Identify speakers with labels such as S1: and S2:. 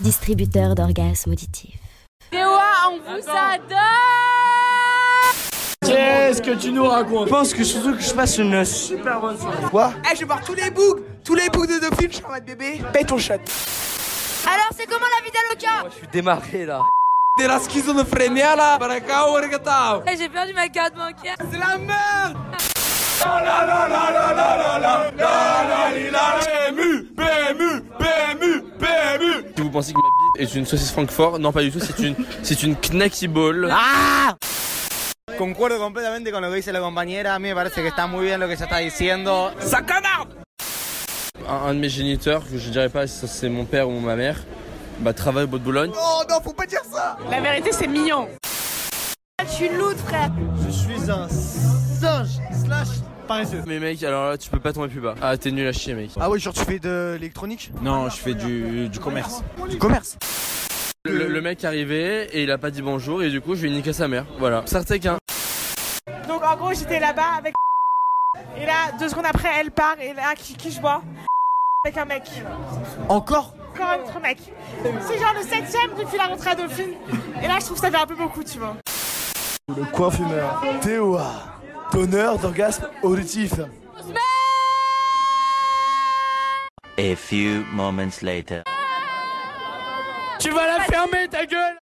S1: distributeur d'orgasmes auditifs.
S2: on vous adore
S3: Qu'est-ce que tu nous racontes
S4: Je pense que surtout que je passe une super bonne soirée.
S5: Quoi Eh, je vais voir tous les bugs Tous les bugs de Dauphine, je suis en mode bébé. Paye ton shot.
S2: Alors, c'est comment la vie d'Aloca
S4: Je suis démarré là.
S5: T'es la schizophrénie là Baraka ou Ergatao
S2: J'ai perdu ma carte bancaire.
S5: C'est la merde
S3: PMU PMU PMU PMU
S6: Si vous pensez que ma bite est une saucisse Francfort, non pas du tout, c'est une, c'est une knacky ball.
S4: Concuerdo completamente con lo que dice la compañera. A mí me parece que está muy bien lo que ella está diciendo.
S6: Un, un de mes géniteurs, que je dirais pas si ça, c'est mon père ou ma mère, bah travaille au bout de Boulogne.
S5: Oh non, faut pas dire ça
S7: La vérité, c'est mignon.
S2: Je suis lourde, frère.
S6: Mais mec, alors là tu peux pas tomber plus bas. Ah t'es nul à chier mec.
S5: Ah ouais, genre tu fais de l'électronique
S8: Non, je fais du, du commerce.
S5: Du commerce
S6: Le, le mec est arrivé et il a pas dit bonjour et du coup je lui ai niqué sa mère. Voilà. Sartek hein.
S7: Donc, en gros, j'étais là-bas avec. Et là, deux secondes après, elle part. Et là, qui, qui je vois Avec un mec.
S5: Encore
S7: Encore un autre mec. C'est genre le septième depuis la rentrée à Dauphine. Et là, je trouve que ça fait un peu beaucoup, tu vois.
S3: Le coiffumeur. Théoa. Donneur d'orgasme auditif.
S9: A few moments later.
S3: Tu vas la fermer ta gueule